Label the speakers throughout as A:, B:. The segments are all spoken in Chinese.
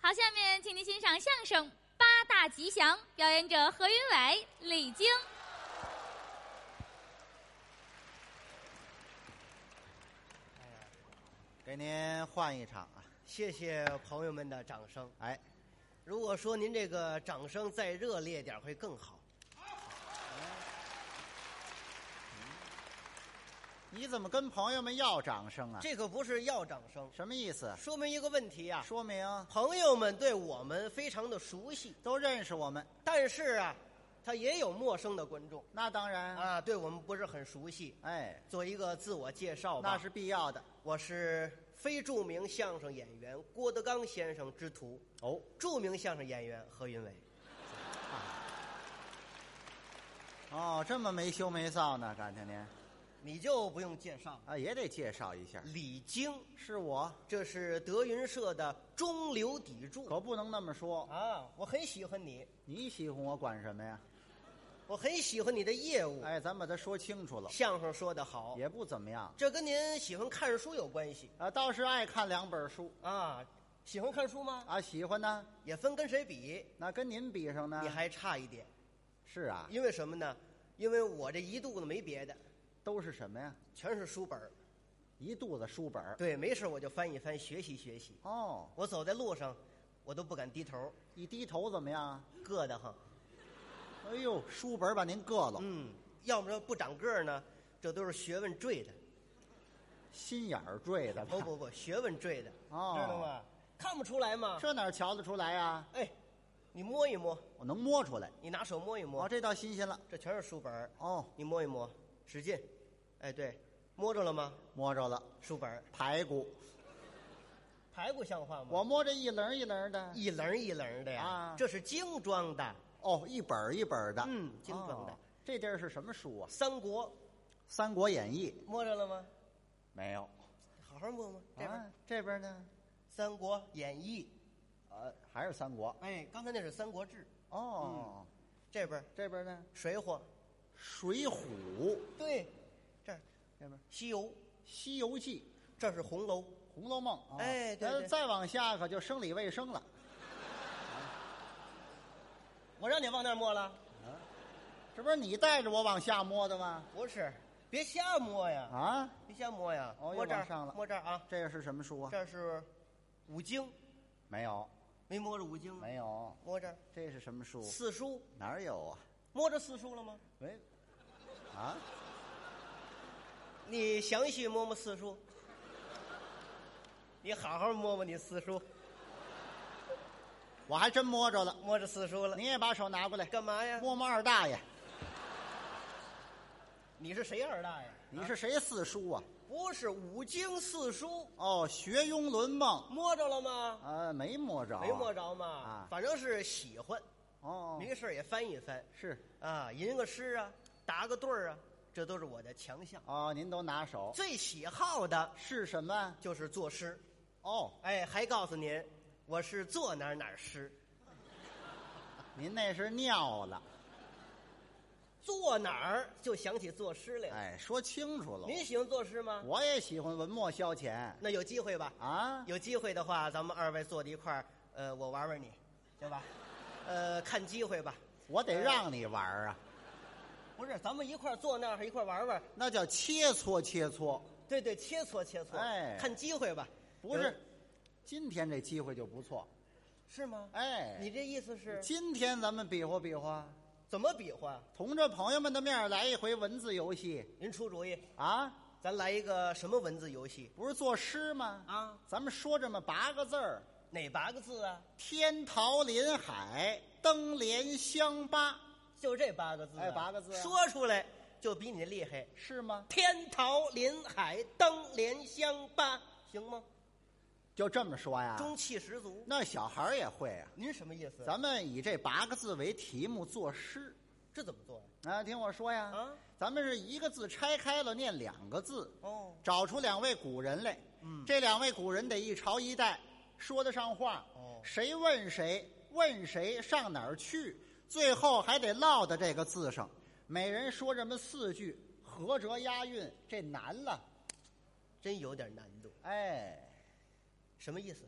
A: 好，下面请您欣赏相声《八大吉祥》，表演者何云伟、李菁。
B: 给您换一场啊！
C: 谢谢朋友们的掌声。
B: 哎，
C: 如果说您这个掌声再热烈点儿会更好。
B: 你怎么跟朋友们要掌声啊？
C: 这个不是要掌声，
B: 什么意思？
C: 说明一个问题啊，
B: 说明
C: 朋友们对我们非常的熟悉，
B: 都认识我们，
C: 但是啊，他也有陌生的观众
B: 那当然。
C: 啊，对我们不是很熟悉。
B: 哎，
C: 做一个自我介绍吧，
B: 那是必要的。
C: 我是非著名相声演员郭德纲先生之徒，
B: 哦，
C: 著名相声演员何云伟。
B: 哦，这么没羞没臊呢，感情您
C: 你就不用介绍了，
B: 啊，也得介绍一下。
C: 李菁，
B: 是我，
C: 这是德云社的中流砥柱
B: 可不能那么说。
C: 啊！我很喜欢你，
B: 你喜欢我管什么呀？
C: 我很喜欢你的业务。
B: 哎，咱把它说清楚了，
C: 相声说得嗯好，
B: 也不怎么样
C: 这跟您喜欢看书有关系
B: 啊，倒是爱看两本书
C: 啊。喜欢看书吗？
B: 啊，喜欢呢，
C: 也分跟谁比，
B: 那跟您比上呢
C: 你，还差一点。
B: 是啊，
C: 因为什么呢？因为我这一肚子没别的，
B: 都是什么呀？
C: 全是书本儿。
B: 一肚子书本儿
C: 对，没事我就翻一翻，学习学习。
B: 哦，
C: 我走在路上，我都不敢低头，
B: 一低头怎么样？
C: 硌得慌。
B: 哎呦，书本儿把您硌了，
C: 嗯，要么说不长个儿呢，这都是学问坠的。
B: 心眼儿坠 的吧？
C: 不不不，学问坠的，
B: 哦
C: 知道吗？看不出来吗？
B: 这哪儿瞧得出来啊呀、
C: 哎，你摸一摸，
B: 我能摸出来。
C: 你拿手摸一摸，
B: 哦，这倒新鲜了。
C: 这全是书本儿。
B: 哦，
C: 你摸一摸，使劲。哎，对，摸着了吗？
B: 摸着了，
C: 书本儿，
B: 排骨。
C: 排骨像话吗？
B: 我摸着一棱一棱的。
C: 一棱一棱的呀，
B: 啊
C: 这是精装的
B: 哦，一本儿一本儿的。
C: 嗯精装的
B: 哦这地儿是什么书啊？《
C: 《三国
B: 三国演义》》
C: 摸着了吗？
B: 没有。
C: 好好摸摸这边，
B: 啊，这边呢？
C: 三国演义》。
B: 呃，还是三国。
C: 哎，嗯刚才那是《三国志》，
B: 哦，
C: 这边《
B: 这边呢？
C: 水浒》，
B: 《水浒》，
C: 对，这儿《
B: 这边《
C: 西游》，
B: 西游记
C: 这是《红楼》。》
B: 《红楼梦》哦。
C: 哎对
B: 呃
C: 对
B: 再往下可就生理卫生了。
C: 我让你往那儿摸了，
B: 这不是你带着我往下摸的吗？
C: 不是，别瞎摸呀，
B: 啊，
C: 别瞎摸呀，
B: 哦又
C: 摸这儿
B: 往上了
C: 摸这儿啊，
B: 这个是什么书啊？
C: 这是五经，
B: 没有，
C: 没摸着五经吗？
B: 没有。
C: 摸这儿
B: 这是什么书？
C: 四书，
B: 哪儿有啊？
C: 摸着四书了吗？
B: 喂，啊，
C: 你详细摸摸四书，你好好摸摸你四书，
B: 我还真摸着了。
C: 摸着四书了，
B: 你也把手拿过来，
C: 干嘛呀？
B: 摸摸二大爷，
C: 你是谁二大爷？
B: 你是谁四叔啊？
C: 不是五经四书
B: 哦，学庸论梦，
C: 摸着了吗？
B: 呃，没摸着啊，
C: 没摸着嘛，
B: 啊
C: 反正是喜欢，
B: 哦，
C: 没事儿也翻一翻
B: 是
C: 啊，吟个诗啊，答个对儿啊，这都是我的强项。
B: 哦，您都拿手
C: 最喜好的
B: 是什么？
C: 就是作诗，
B: 哦，
C: 哎，还告诉您，我是做哪儿哪儿诗，
B: 您那是尿了，
C: 坐哪儿就想起作诗来了。
B: 哎，说清楚了，
C: 您喜欢作诗吗？
B: 我也喜欢文墨消遣
C: 那有机会吧？
B: 啊，
C: 有机会的话，咱们二位坐在一块儿，呃，我玩玩你，行吧？呃，看机会吧。
B: 我得让你玩儿啊，
C: 不是，咱们一块儿坐那儿，一块儿玩玩。
B: 那叫切磋切磋，
C: 对对，切磋切磋，
B: 哎
C: 看机会吧。
B: 不是
C: 呃，
B: 今天这机会就不错，
C: 是吗？
B: 哎，
C: 你这意思是
B: 今天咱们比划比划，
C: 怎么比划？
B: 同着朋友们的面儿来一回文字游戏
C: 您出主意，
B: 啊，
C: 咱来一个什么文字游戏
B: 不是作诗吗？
C: 啊？
B: 咱们说这么八个字儿：
C: 哪八个字啊？
B: 天桃临海，灯莲香巴，
C: 就这八个字、
B: 哎八个字啊
C: 说出来就比你厉害。
B: 是吗？
C: 天桃临海，灯莲香巴，行吗？
B: 就这么说呀？
C: 中气十足。
B: 那小孩儿也会啊。
C: 您什么意思？
B: 咱们以这八个字为题目作诗
C: 这怎么做呀、
B: 啊，听我说呀，
C: 啊
B: 咱们是一个字拆开了念两个字，
C: 哦
B: 找出两位古人来。嗯，这两位古人得一朝一代，说得上话。
C: 哦
B: 谁问谁，问谁上哪儿去，最后还得落到这个字上。每人说这么四句，合辙押韵，这难了。
C: 真有点难度。
B: 哎，
C: 什么意思？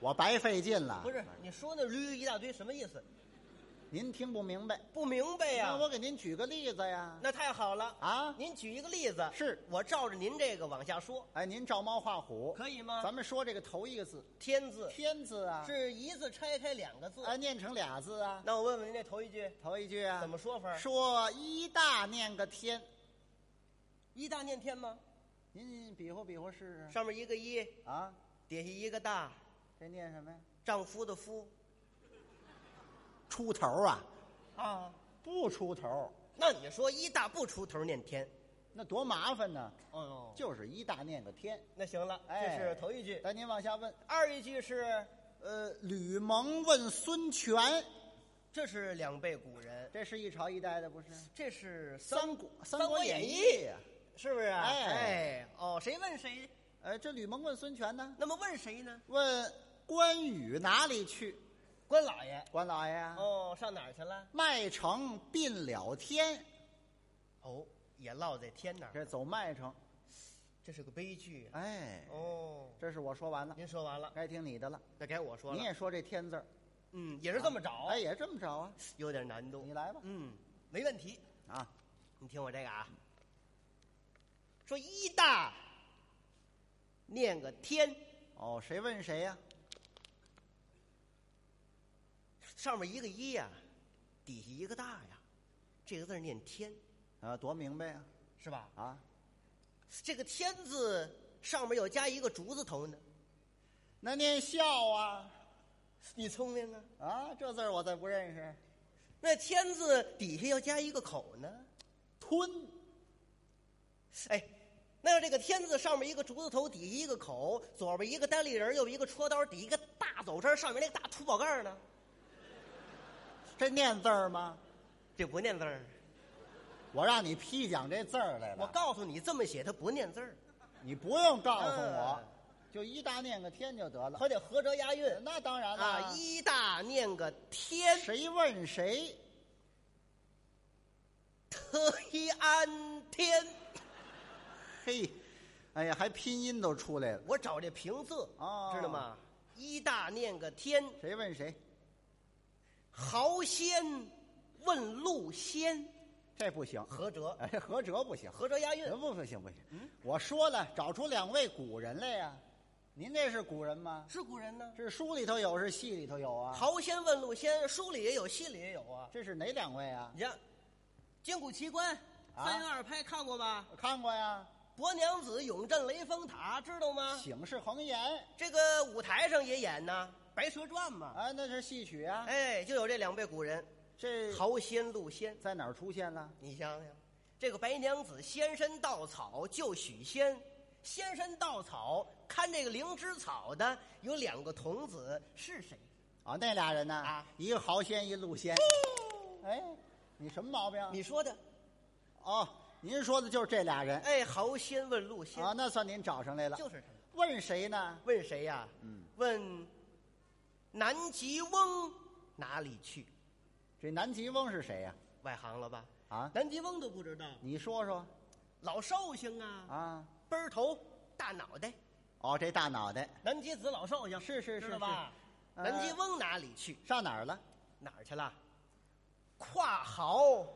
B: 我白费劲了。
C: 不是，你说那驴一大堆什么意思？
B: 您听不明白，
C: 不明白呀、
B: 那我给您举个例子呀。
C: 那太好了
B: 啊
C: 您举一个例子，
B: 是
C: 我照着您这个往下说，
B: 哎，您照猫画虎，
C: 可以吗
B: 咱们说这个头一个字
C: 天字
B: “天”字啊，
C: 是一字拆开两个字。
B: 哎，念成俩字啊。
C: 那我问问您这头一句
B: 头一句啊，
C: 怎么说法？
B: 说一大念个天，
C: 一大念天吗？
B: 您比划比划试试
C: 上面一个一，
B: 啊。
C: 底下一个大，
B: 这念什么呀？
C: 丈夫的夫
B: 出头啊，
C: 啊。
B: 不出头，
C: 那你说一大不出头念天？
B: 那多麻烦呢。
C: 哦，
B: 就是一大念个天。
C: 那行了，
B: 哎
C: 这是头一句。
B: 来，您往下问。
C: 二一句是，
B: 呃，吕蒙问孙权，
C: 这是两辈古人，
B: 这是一朝一代的不是？
C: 这是
B: 三国《三
C: 三
B: 国
C: 国
B: 演
C: 演
B: 义》
C: 义，是不是啊？
B: 哎
C: 哎，哦，谁问谁？
B: 呃，这吕蒙问孙权呢，
C: 那么问谁呢？
B: 问关羽哪里去？
C: 关老爷。
B: 关老爷啊，
C: 哦，上哪儿去了？
B: 麦城并了天，
C: 哦，也落在天那儿，
B: 这走麦城，
C: 这是个悲剧啊。
B: 哎，
C: 哦，
B: 这是我说完了，
C: 您说完了，
B: 该听你的了。
C: 那该我说
B: 你
C: 了。
B: 也说这天字儿，
C: 嗯，也是这么找
B: 哎，，也这么着啊？
C: 有点难度。
B: 你来吧，
C: 嗯，没问题。
B: 啊，
C: 你听我这个啊，说一大念个天，
B: 哦，谁问谁呀、
C: 上面一个一呀、底下一个大呀，这个字儿念天，
B: 啊？多明白呀、
C: 是吧？
B: 啊！啊，
C: 这个天字上面又加一个竹字头呢，
B: 那念孝啊，
C: 你聪明啊。
B: 啊，这字儿我再不认识，
C: 那天字底下要加一个口呢，
B: 吞，
C: 哎，那要这个天字上面一个竹字头，底下一个口，左边一个单立人，右边一个戳刀，底下一个大走针，上面那个大土宝盖呢？
B: 这念字儿吗？
C: 这不念字儿。
B: 我让你批讲这字儿来了，
C: 我告诉你，这么写它不念字儿，
B: 你不用告诉我
C: 嗯，
B: 就一大念个天就得了。
C: 得合辙押韵
B: 那当然了，
C: 啊！一大念个天
B: 谁问谁？
C: 特一安天，
B: 嘿，哎呀，还拼音都出来了，
C: 我找这平仄
B: 哦
C: 知道吗？一大念个天，
B: 谁问谁？
C: 豪仙问路仙，
B: 这不行，
C: 合辙
B: 哎，合辙不行，
C: 合辙押韵嗯
B: 呃。不不行不行。我说了，找出两位古人来呀、您这是古人吗？
C: 是古人呢。
B: 是书里头有，是戏里头有啊？，
C: 豪仙问路仙，书里也有，戏里也有啊。
B: 这是哪两位啊？
C: 你像《千古奇观》
B: 啊
C: 三言二拍看过吧？
B: 我看过呀，
C: 伯娘子永镇雷峰塔，知道吗？
B: 醒世恒言
C: 这个舞台上也演呢，《白蛇传》嘛。
B: 啊，那是戏曲啊。
C: 哎，就有这两辈古人，
B: 这
C: 豪仙陆仙。
B: 在哪儿出现了？
C: 你想想，这个白娘子仙山稻草救许仙，仙山稻草看这个灵芝草的有两个童子是谁？
B: 啊，那俩人呢？
C: 啊
B: 一个豪仙，一路仙。哎，你什么毛病？
C: 你说的，
B: 哦，您说的就是这俩人
C: 哎，豪仙问路仙，
B: 啊，那算您找啊上来了。
C: 就是他们。
B: 问谁呢？
C: 问谁呀、
B: 嗯，
C: 问南极翁哪里去？
B: 这南极翁是谁呀、
C: 外行了吧？
B: 啊？
C: 南极翁都不知道，
B: 你说说
C: 老寿星啊，
B: 啊？
C: 奔儿头，大脑袋，
B: 哦，这大脑袋
C: 南极子老寿星
B: 是是
C: 知
B: 是
C: 道吧？
B: 是呃
C: 南极翁哪里去？
B: 上哪儿了？
C: 哪儿去了？跨壕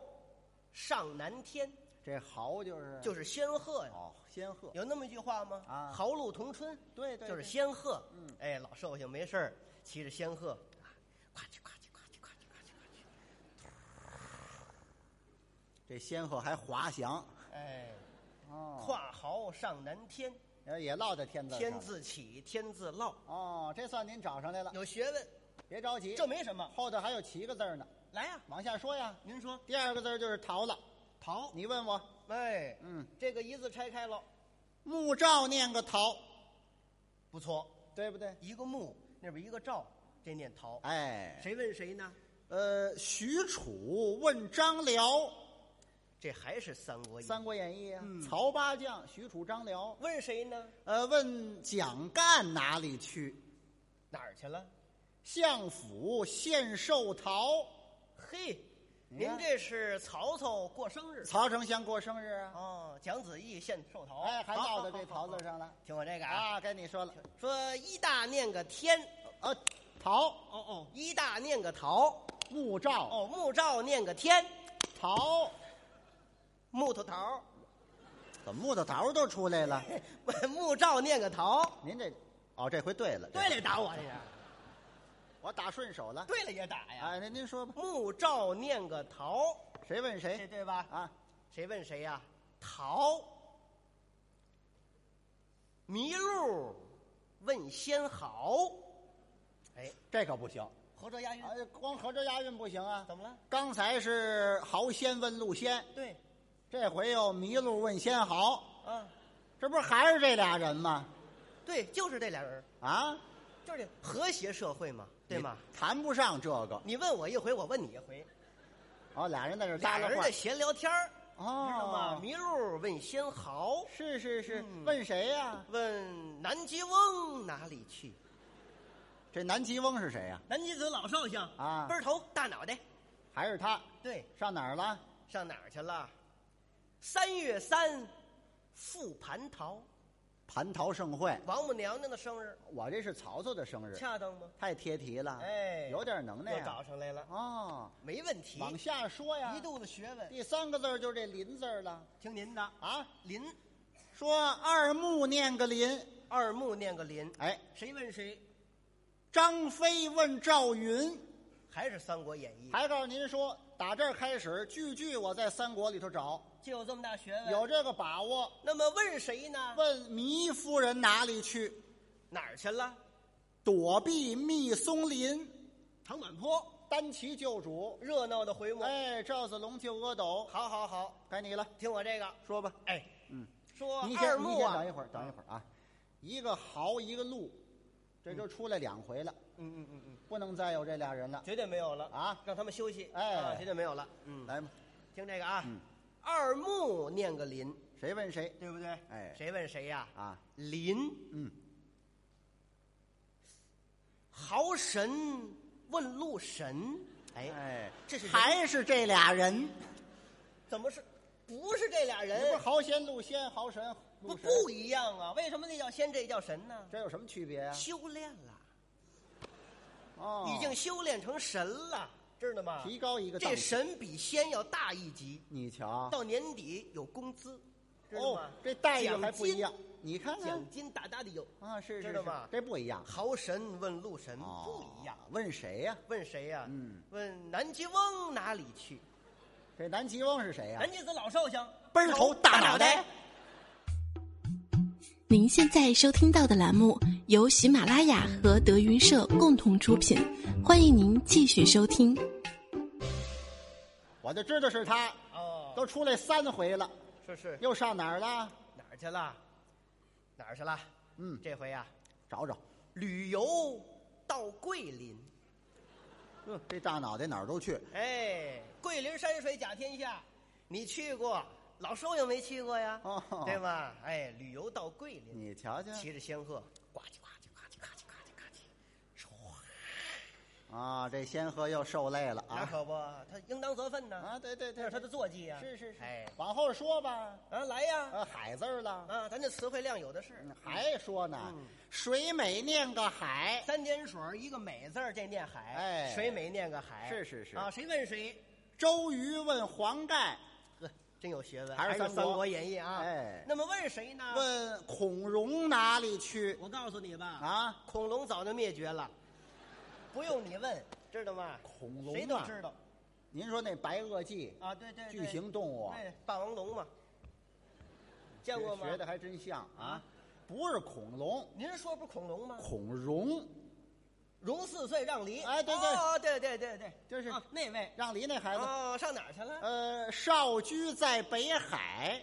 C: 上南天，
B: 这豪就是
C: 就是是仙鹤呀。
B: 哎哦，仙鹤。
C: 有那么一句话吗？
B: 啊
C: 豪鹿同春，
B: 对对，
C: 就是
B: 对
C: 仙鹤。
B: 嗯，
C: 哎，老寿星没事儿骑着仙鹤，啊呱唧呱唧呱唧呱唧呱唧呱
B: 这仙鹤还滑翔
C: 唧，哎，
B: 哦，
C: 跨壕上南天，
B: 呃也落在天字上了
C: 天自起，天自落，
B: 哦，这算您找上来了。
C: 有学问，
B: 别着急，
C: 这没什么。
B: 后头还有七个字儿呢，
C: 来呀，
B: 往下说呀。
C: 您说
B: 第二个字儿就是逃了，
C: 逃？
B: 你问我，
C: 哎，
B: 嗯，
C: 这个一字拆开了，
B: 木照念个逃，
C: 不错，
B: 对不对？
C: 一个木那边一个赵，这念逃。
B: 哎，
C: 谁问谁呢？
B: 呃，许褚问张辽，《
C: 这还是《三国演义》。
B: 三国演义》啊，
C: 嗯
B: 曹八将许褚、张辽，
C: 问谁呢？
B: 呃，问蒋干哪里去？
C: 哪儿去了？
B: 相府献寿桃，
C: 嘿，
B: 你
C: 您
B: 看
C: 这是曹操过生日
B: 曹丞相过生日啊，
C: 哦，蒋子义献寿桃，
B: 哎，还
C: 好
B: 落到这桃。
C: 好好
B: 子
C: 好
B: 上了
C: 听我这个啊，
B: 啊，该你说了，
C: 说一大念个天，
B: 呃，陶
C: 哦哦，一大念个桃，
B: 木照
C: 哦，木照念个天，
B: 陶，
C: 木头桃，
B: 怎么木头桃都出来了？
C: 木照念个桃。
B: 您这，哦，这回对了，这
C: 对了，
B: 回
C: 也打我这呀？
B: 我打顺手了。
C: 对了，也打呀。
B: 哎，您您说吧，
C: 木照念个桃，
B: 谁问
C: 这
B: 谁
C: 对吧？
B: 啊？
C: 谁问谁呀、桃，麋鹿问仙好。哎，
B: 这可不行，
C: 合辙押韵
B: 哎，光合着押韵不行啊。
C: 怎么了？
B: 刚才是豪仙问路仙，
C: 对，
B: 这回又麋鹿问仙豪，
C: 啊，
B: 这不是还是这俩人吗？
C: 对，就是这俩人儿，
B: 啊，
C: 就是这和谐社会嘛，对吗？
B: 你谈不上这个。
C: 你问我一回，我问你一回，
B: 哦，俩人在这儿
C: 俩
B: 搭了
C: 人
B: 话
C: 的，闲聊天儿，
B: 哦
C: 知道吗？麋鹿问仙豪，
B: 是是是，
C: 嗯
B: 问谁呀？
C: 问南极翁哪里去？
B: 这南极翁是谁呀？
C: 南极子老少相
B: 啊
C: 倍儿头大脑袋，
B: 还是他？
C: 对，
B: 上哪儿了？
C: 上哪儿去了？三月三，复蟠桃，
B: 蟠桃盛会，
C: 王母娘娘的生日，
B: 我这是曹操的生日，
C: 恰当吗？
B: 太贴题了，
C: 哎
B: 有点能耐
C: 又找
B: 啊。
C: 上来了，
B: 哦，
C: 没问题，
B: 往下说呀
C: 一，肚子学问，
B: 第三个字儿就是这林字儿了
C: 听您的。
B: 啊。
C: 林
B: 说二木念个林，
C: 二木念个林，
B: 哎，
C: 谁问谁？
B: 张飞问赵云，
C: 还是《三国演义》，
B: 还告诉您说，打这儿开始，句句我在三国里头找，
C: 就有这么大学问。
B: 有这个把握。
C: 那么问谁呢？
B: 问糜夫人哪里去？
C: 哪儿去了？
B: 躲避密松林，
C: 唐满坡，
B: 单骑救主。
C: 热闹的回目。
B: 哎，赵子龙救阿斗，
C: 好好好，
B: 该你了，
C: 听我这个，
B: 说吧。
C: 哎，
B: 嗯，
C: 说
B: 你
C: 二
B: 先，你
C: 木
B: 先
C: 啊
B: 等，一会儿，等一会儿啊。一个豪，一个陆，这就出来两回了，
C: 嗯嗯嗯嗯，
B: 不能再有这俩人了。
C: 绝对没有了
B: 啊
C: 让他们休息，
B: 哎
C: 啊绝对没有了。嗯，
B: 来吧，
C: 听这个啊
B: 嗯，
C: 二木念个林，
B: 谁问谁？
C: 对不对？
B: 哎
C: 谁问谁呀？
B: 啊，
C: 林
B: 嗯，
C: 豪神问路神，哎，
B: 哎，
C: 这是人
B: 还是这俩人？
C: 怎么是？不是这俩
B: 这不是
C: 人，
B: 豪仙、陆仙、豪神、
C: 不
B: 陆神，
C: 哎不一样啊？为什么那叫仙，这叫神呢？
B: 这有什么区别呀、啊
C: 修炼了，
B: 哦，
C: 已经修炼成神了，知道吗？
B: 提高一个档
C: 这
B: 次。
C: 神比仙要大一级，
B: 你瞧，
C: 到年底有工资，知道
B: 哦
C: 吗？，
B: 这待遇还不一样。你看
C: 奖金，
B: 看
C: 奖金大大的有。
B: 啊，是是
C: 知道
B: 是
C: 吧，
B: 这不一样，
C: 豪神问路神
B: 哦
C: 不一样，。
B: 问谁呀、
C: 问谁呀、
B: 嗯，
C: 问南极翁哪里去？
B: 这南极翁是谁呀、
C: 南极子老少相，
B: 奔儿头大脑袋。
D: 您现在收听到的栏目由喜马拉雅和德云社共同出品，欢迎您继续收听。
B: 我就知道是他，
C: 哦，
B: 都出来三回了，
C: 是是，
B: 又上哪儿了？
C: 哪儿去了？哪儿去了？
B: 嗯，
C: 这回呀、
B: 找找，
C: 旅游到桂林。
B: 嗯，这大脑袋哪儿都去，
C: 哎，桂林山水甲天下，你去过，老寿也没去过呀，
B: 哦嗯
C: 对吧？哎，旅游到桂林，
B: 你瞧瞧
C: 骑着仙鹤，呱唧呱唧呱唧呱唧呱唧呱唧，
B: 啊，这仙鹤又受累了
C: 那
B: 啊
C: 可不，他应当责分呢，
B: 啊，对对
C: 这
B: 对，
C: 是他的坐骑呀。
B: 是是是，
C: 哎，
B: 往后说吧，
C: 啊，来呀，
B: 呃，海字儿了，
C: 啊，咱这词汇量有的是。
B: 嗯还说呢
C: 嗯，
B: 水美念个海，
C: 三点水儿一个美字儿，这念海，
B: 哎
C: 谁没念个海？
B: 是是是
C: 啊，谁问谁？
B: 周瑜问黄盖，
C: 呵，真有学问，
B: 还是
C: 是《
B: 三国
C: 三国演义》啊。
B: 哎
C: 那么问谁呢？，
B: 问孔融哪里去
C: 我告诉你吧，
B: 啊？
C: 恐龙早就灭绝了，不用你问，知道吗？
B: 恐龙啊
C: 谁都知道
B: 您说那白垩纪
C: 啊，对对，对
B: 巨型动物啊，
C: 对，霸王龙嘛，见过吗？
B: 学的还真像啊，不是恐龙，
C: 您说不是恐龙吗？
B: 孔融
C: 融四岁让梨，
B: 哎对对
C: 哦，对对对对，
B: 就是
C: 啊那位
B: 让梨那孩子，
C: 哦，上哪儿去了？
B: 啊呃，少居在北海，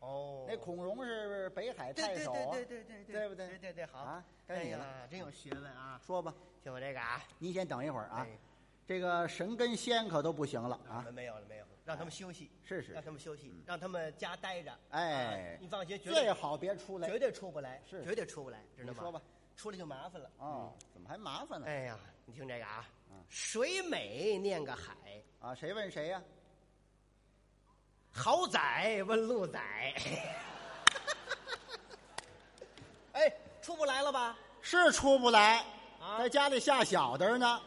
C: 哦
B: 那孔融是北海
C: 对
B: 太
C: 对
B: 守啊，
C: 对对对对，
B: 对不对
C: 对对对，好
B: 啊，该
C: 哎
B: 你
C: 呀
B: 了，
C: 真有学问啊！
B: 说吧，
C: 听我这个啊，
B: 您先等一会儿啊
C: 哎，
B: 这个神跟仙可都不行了啊，
C: 没有了没有了，让他们休息，
B: 是是
C: 让他们休息，让他们家待着。
B: 哎
C: 啊你放心，绝对
B: 最好别出来
C: 绝，对出不来，
B: 是
C: 绝对出不来，知道吗？
B: 你说吧，
C: 出来就麻烦了。
B: 哦，怎么还麻烦呢？
C: 哎呀，你听这个啊，水美念个海，
B: 啊，谁问谁呀？
C: 豪仔问路仔，哎，出不来了吧？
B: 是出不来，
C: 啊
B: 在家里下小的呢。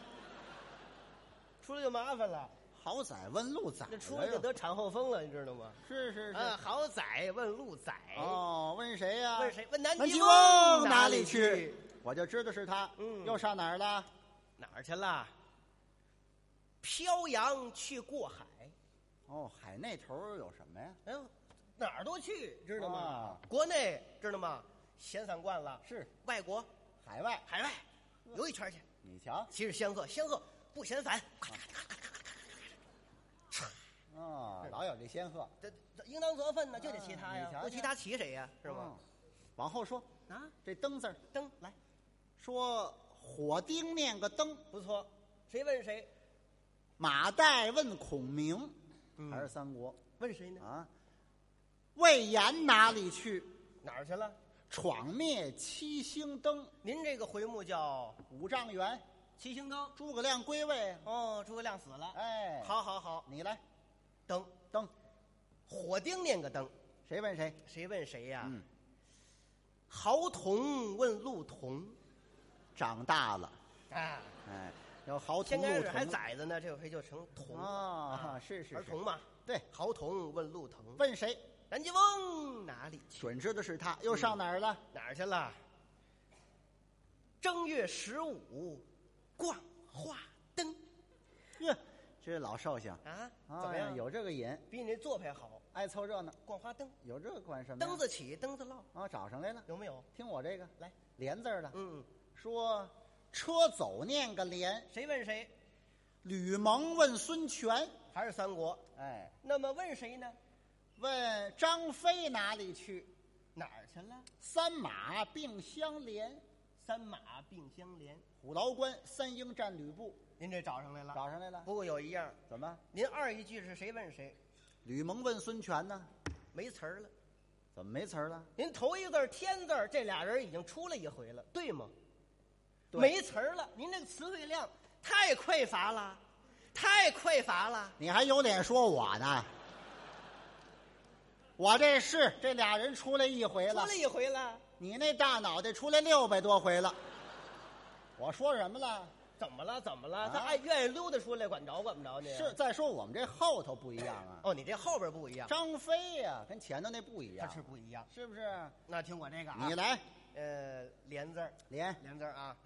C: 出来就麻烦了，
B: 好歹问路咋
C: 那
B: 了
C: 出来就
B: 呀？
C: 得产后风了，你知道吗？
B: 是是是。
C: 啊，好仔问路仔，
B: 哦，问谁呀、
C: 哎问谁？问南
B: 南
C: 极
B: 极
C: 翁
B: 翁
C: 哪
B: 哪里
C: 去
B: 去？？我就知道是他。
C: 嗯
B: 又上哪儿了？
C: 哪儿去了？漂洋去过海，
B: 哦，海那头儿有什么呀？
C: 哎呦，哪儿都去，知道吗？
B: 啊
C: 国内知道吗？闲散惯了，
B: 是
C: 外国、
B: 海外。
C: 海外
B: 嗯
C: 游一圈去。
B: 你瞧，
C: 骑着仙鹤，仙鹤不嫌烦，咔嚓
B: 哦，
C: 是
B: 老有这仙鹤，
C: 这这应当责分呢，就得骑它
B: 啊你瞧
C: 呀，
B: 瞧
C: 不骑它骑谁呀？是吧
B: 嗯？往后说，
C: 啊，
B: 这灯字儿，
C: 灯来，
B: 说火丁念个灯，
C: 不错，谁问谁？
B: 马岱问孔明，
C: 嗯
B: 还是三国
C: 问谁呢？
B: 啊？魏延哪里去？
C: 哪儿去了？
B: 闯灭七星灯，
C: 您这个回目叫
B: 五丈原，
C: 七星灯。
B: 诸葛亮归位。
C: 哦，诸葛亮死了。
B: 哎，，
C: 好好好，
B: 你来
C: 灯，
B: 灯，
C: 火丁念个灯，
B: 谁问谁？
C: 谁问谁呀？
B: 嗯，
C: 豪童问路童
B: 长大了，
C: 啊，
B: 哎，要豪
C: 先
B: 同
C: 开
B: 路
C: 始还
B: 同
C: 崽子呢，这回就成童
B: 啊，是是
C: 儿
B: 是，
C: 童嘛。
B: 对，
C: 豪童问路童，
B: 问谁？
C: 南极翁哪里去？
B: 准知道是他，又上哪儿了？
C: 哪儿去了？正月十五逛花灯
B: 呵，这老寿星，
C: 啊？
B: 啊
C: 怎么样？
B: 有这个瘾，
C: 比你这作品好？
B: 爱凑热闹，
C: 逛花灯，
B: 有这个管什么呀？
C: 灯子起，灯子落，
B: 啊，找上来了，
C: 有没有？
B: 听我这个，
C: 来，
B: 连字儿的，
C: 嗯，
B: 说车走念个连，
C: 谁问谁？
B: 吕蒙问孙权，
C: 还是三国？
B: 哎，
C: 那么问谁呢？
B: 问张飞哪里去？
C: 哪儿去了？
B: 三马并相连，
C: 三马并相连，
B: 虎牢关三英战吕布，
C: 您这找上来了。
B: 找上来了，
C: 不过有一样，
B: 怎么？
C: 您二一句是谁问谁？
B: 吕蒙问孙权呢？
C: 没词儿了。
B: 怎么没词儿了？
C: 您头一个字儿“天”字儿，这俩人已经出了一回了，对吗？
B: 对
C: 没词儿了，您这个词汇量太匮乏了，太匮乏了。
B: 你还有脸说我呢？我这是这俩人出来一回
C: 出
B: 了
C: 了，一回了，
B: 你那大脑袋出来六百多回了。我说什么了？
C: 怎么了？怎么了？
B: 啊
C: 他爱愿意溜达出来，管着管不着你？
B: 是再说我们这后头不一样啊，
C: 哦，你这后边不一样，
B: 张飞呀、跟前头那不一
C: 它
B: 样，
C: 是不一样。
B: 是不是？
C: 那听我这个啊，
B: 你来
C: 呃，连字儿，
B: 连
C: 连字儿啊，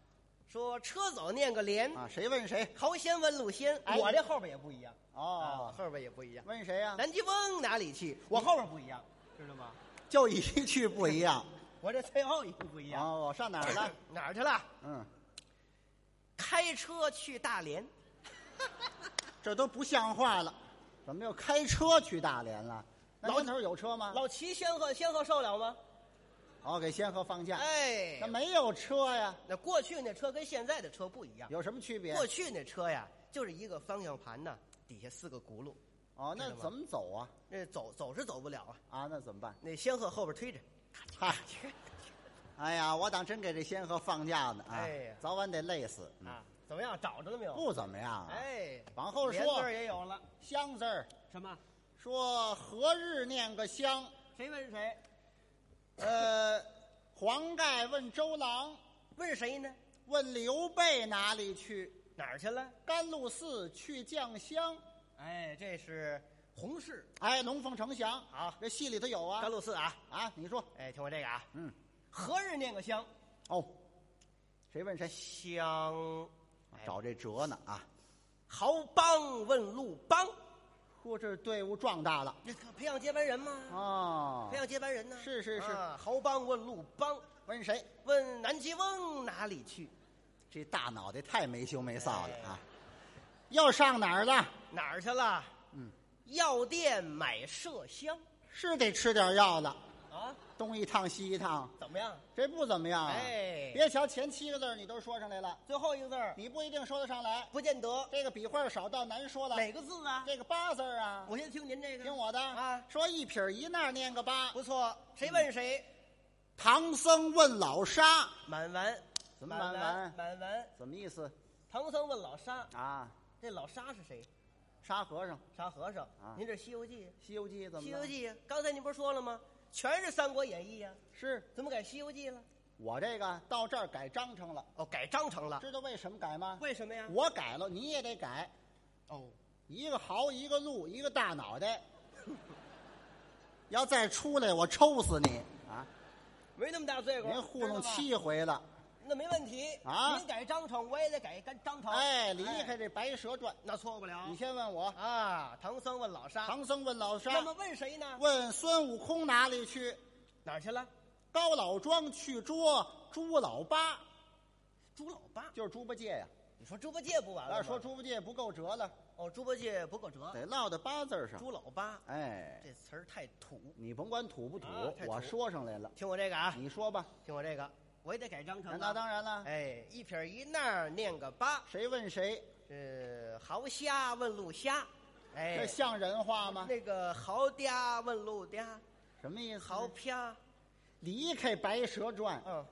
C: 说车走念个连，
B: 啊，谁问谁？
C: 豪仙问路仙。
B: 哎
C: 我这后边也不一样啊，我
B: 哦，
C: 后边也不一样。
B: 问谁呀、
C: 南极翁哪里去？我后边不一样，知道吗？
B: 就一句不一样。
C: 我这最后一句不 一样。
B: 哦，我上哪儿了？
C: 哪儿去了？
B: 嗯，
C: 开车去大连，
B: 这都不像话了，怎么又开车去大连了？那
C: 老
B: 年头有车吗？
C: 老骑仙鹤，仙鹤受了吗？
B: 哦，给仙鹤放假。
C: 哎，
B: 那没有车呀，
C: 那过去那车跟现在的车不一样，
B: 有什么区别？
C: 过去那车呀就是一个方向盘呢，底下四个轱辘，
B: 哦，
C: 知
B: 那
C: 道吗
B: 怎么走啊？
C: 那走走是走不了啊。
B: 啊，那怎么办？
C: 那仙鹤后边推着，
B: 嗨， 哎呀，我当真给这仙鹤放假呢啊！
C: 哎呀
B: 早晚得累死。嗯
C: 啊，怎么样？找着了没有？
B: 不怎么样啊。
C: 哎，
B: 往后
C: 连字
B: 说
C: 儿，也有了，
B: 香字儿，
C: 什么？
B: 说何日念个香？
C: 谁问谁？
B: 呃， 黄盖问周郎，
C: 问谁呢？
B: 问刘备哪里去？
C: 哪儿去了？
B: 甘露寺去酱香。
C: 哎，这是红柿，
B: 哎，龙凤呈祥，
C: 好
B: 这戏里头有啊
C: 甘。露寺啊。
B: 啊，你说，
C: 哎，听我这个啊，
B: 嗯，
C: 何日念个香？
B: 哦，谁问谁？
C: 香，哎
B: 找这辙呢啊！
C: 豪邦问路邦，
B: 说这队伍壮大了
C: 这可培养接班人吗？
B: 哦
C: 培养接班人呢？
B: 是是是
C: 啊豪邦问路邦，
B: 问谁？
C: 问南极翁哪里去？
B: 这大脑袋太没羞没臊
C: 哎
B: 了啊！要上哪儿了？
C: 哪儿去了？
B: 嗯，
C: 药店买麝香
B: 是得吃点药了，
C: 啊？
B: 东一趟西一趟，
C: 怎么样？
B: 这不怎么样啊！
C: 哎
B: 别瞧前七个字儿你都说上来了，
C: 最后一个字儿
B: 你不一定说得上来。
C: 不见得，
B: 这个笔画少到难说了，
C: 哪个字啊？
B: 这个八字儿啊，
C: 我先听您这个，
B: 听我的
C: 啊
B: 说一撇儿一捺儿念个八。
C: 不错。谁问谁？
B: 唐僧问老沙，
C: 满完，
B: 怎么
C: 满
B: 满完
C: 满完。
B: 什么意思
C: 唐僧问老沙，
B: 啊？
C: 这老沙是谁？
B: 沙和尚，《
C: 沙和尚
B: 啊。
C: 您这《西游记
B: 西游记》》，
C: 《
B: 怎么
C: 西
B: 了
C: 游记》刚才您不是说了吗？全是《三国演义》呀，啊
B: 是
C: 怎么改《西游记》了？
B: 我这个到这儿改章程了，
C: 哦，改章程了，
B: 知道为什么改吗？
C: 为什么呀？
B: 我改了，你也得改。
C: 哦，
B: 一个豪，一个鹿，一个大脑袋。 要再出来，我抽死你啊！
C: 没那么大罪过，
B: 您糊弄
C: 知道吗，
B: 七回了，
C: 那没问题
B: 啊
C: 您改章程，我也得改跟章程。
B: 哎，离开这《白蛇传
C: 那错不》，了
B: 你先问我。
C: 啊。唐僧问老沙，
B: 唐僧问老
C: 那
B: 沙
C: 么，问谁呢？
B: 问孙悟空哪里去？
C: 哪儿去了？
B: 高老庄去捉猪老八，
C: 猪老八。
B: 就是猪八戒呀、
C: 你说猪八戒不完了
B: 要
C: 吗？
B: 是说猪八戒不够折了，
C: 哦，猪八戒不够折。
B: 得落到八字上。
C: 猪老八
B: 哎，
C: 这词儿太土。
B: 你甭管土不土，
C: 啊太土
B: 我说上来 了，
C: 听我这个啊，
B: 你说吧。
C: 听我这个，我也得改章程
B: 那
C: 啊。
B: 那当然了，
C: 哎，一撇一捺儿念个八，
B: 谁问谁？
C: 呃，豪虾问路虾，
B: 这
C: 哎，
B: 像人话吗？
C: 那个豪嗲问路嗲，
B: 嗯什么意思？
C: 豪啪，
B: 离开《白蛇传》，
C: 嗯，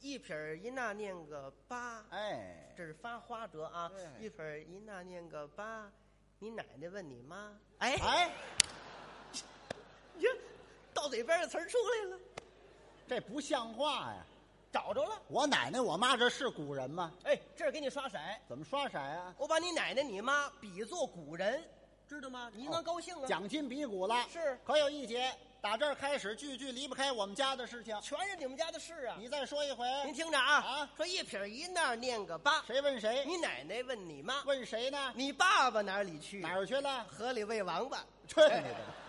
C: 一撇儿一捺念个八，
B: 哎，
C: 这是发花折啊，
B: 对
C: 一撇儿一捺念个八，你奶奶问你妈，哎，
B: 哎，
C: 你这到嘴边儿的词儿出来了，
B: 这不像话呀！
C: 找着了，
B: 我奶奶、我妈这是古人吗？
C: 哎，这儿给你刷色，
B: 怎么刷色啊？
C: 我把你奶奶你妈比作古人，知道吗？
B: 哦
C: 你能高兴啊？
B: 讲筋比骨了，
C: 是
B: 可有一节，打这儿开始，句句离不开我们家的事情。
C: 全是你们家的事啊。
B: 你再说一回，
C: 您听着啊，
B: 啊
C: 说一撇一捺念个八，
B: 谁问谁？
C: 你奶奶问你妈，
B: 问谁呢？
C: 你爸爸哪里去？啊哎
B: 哪儿去了？
C: 河里喂王八。
B: 去你的吧！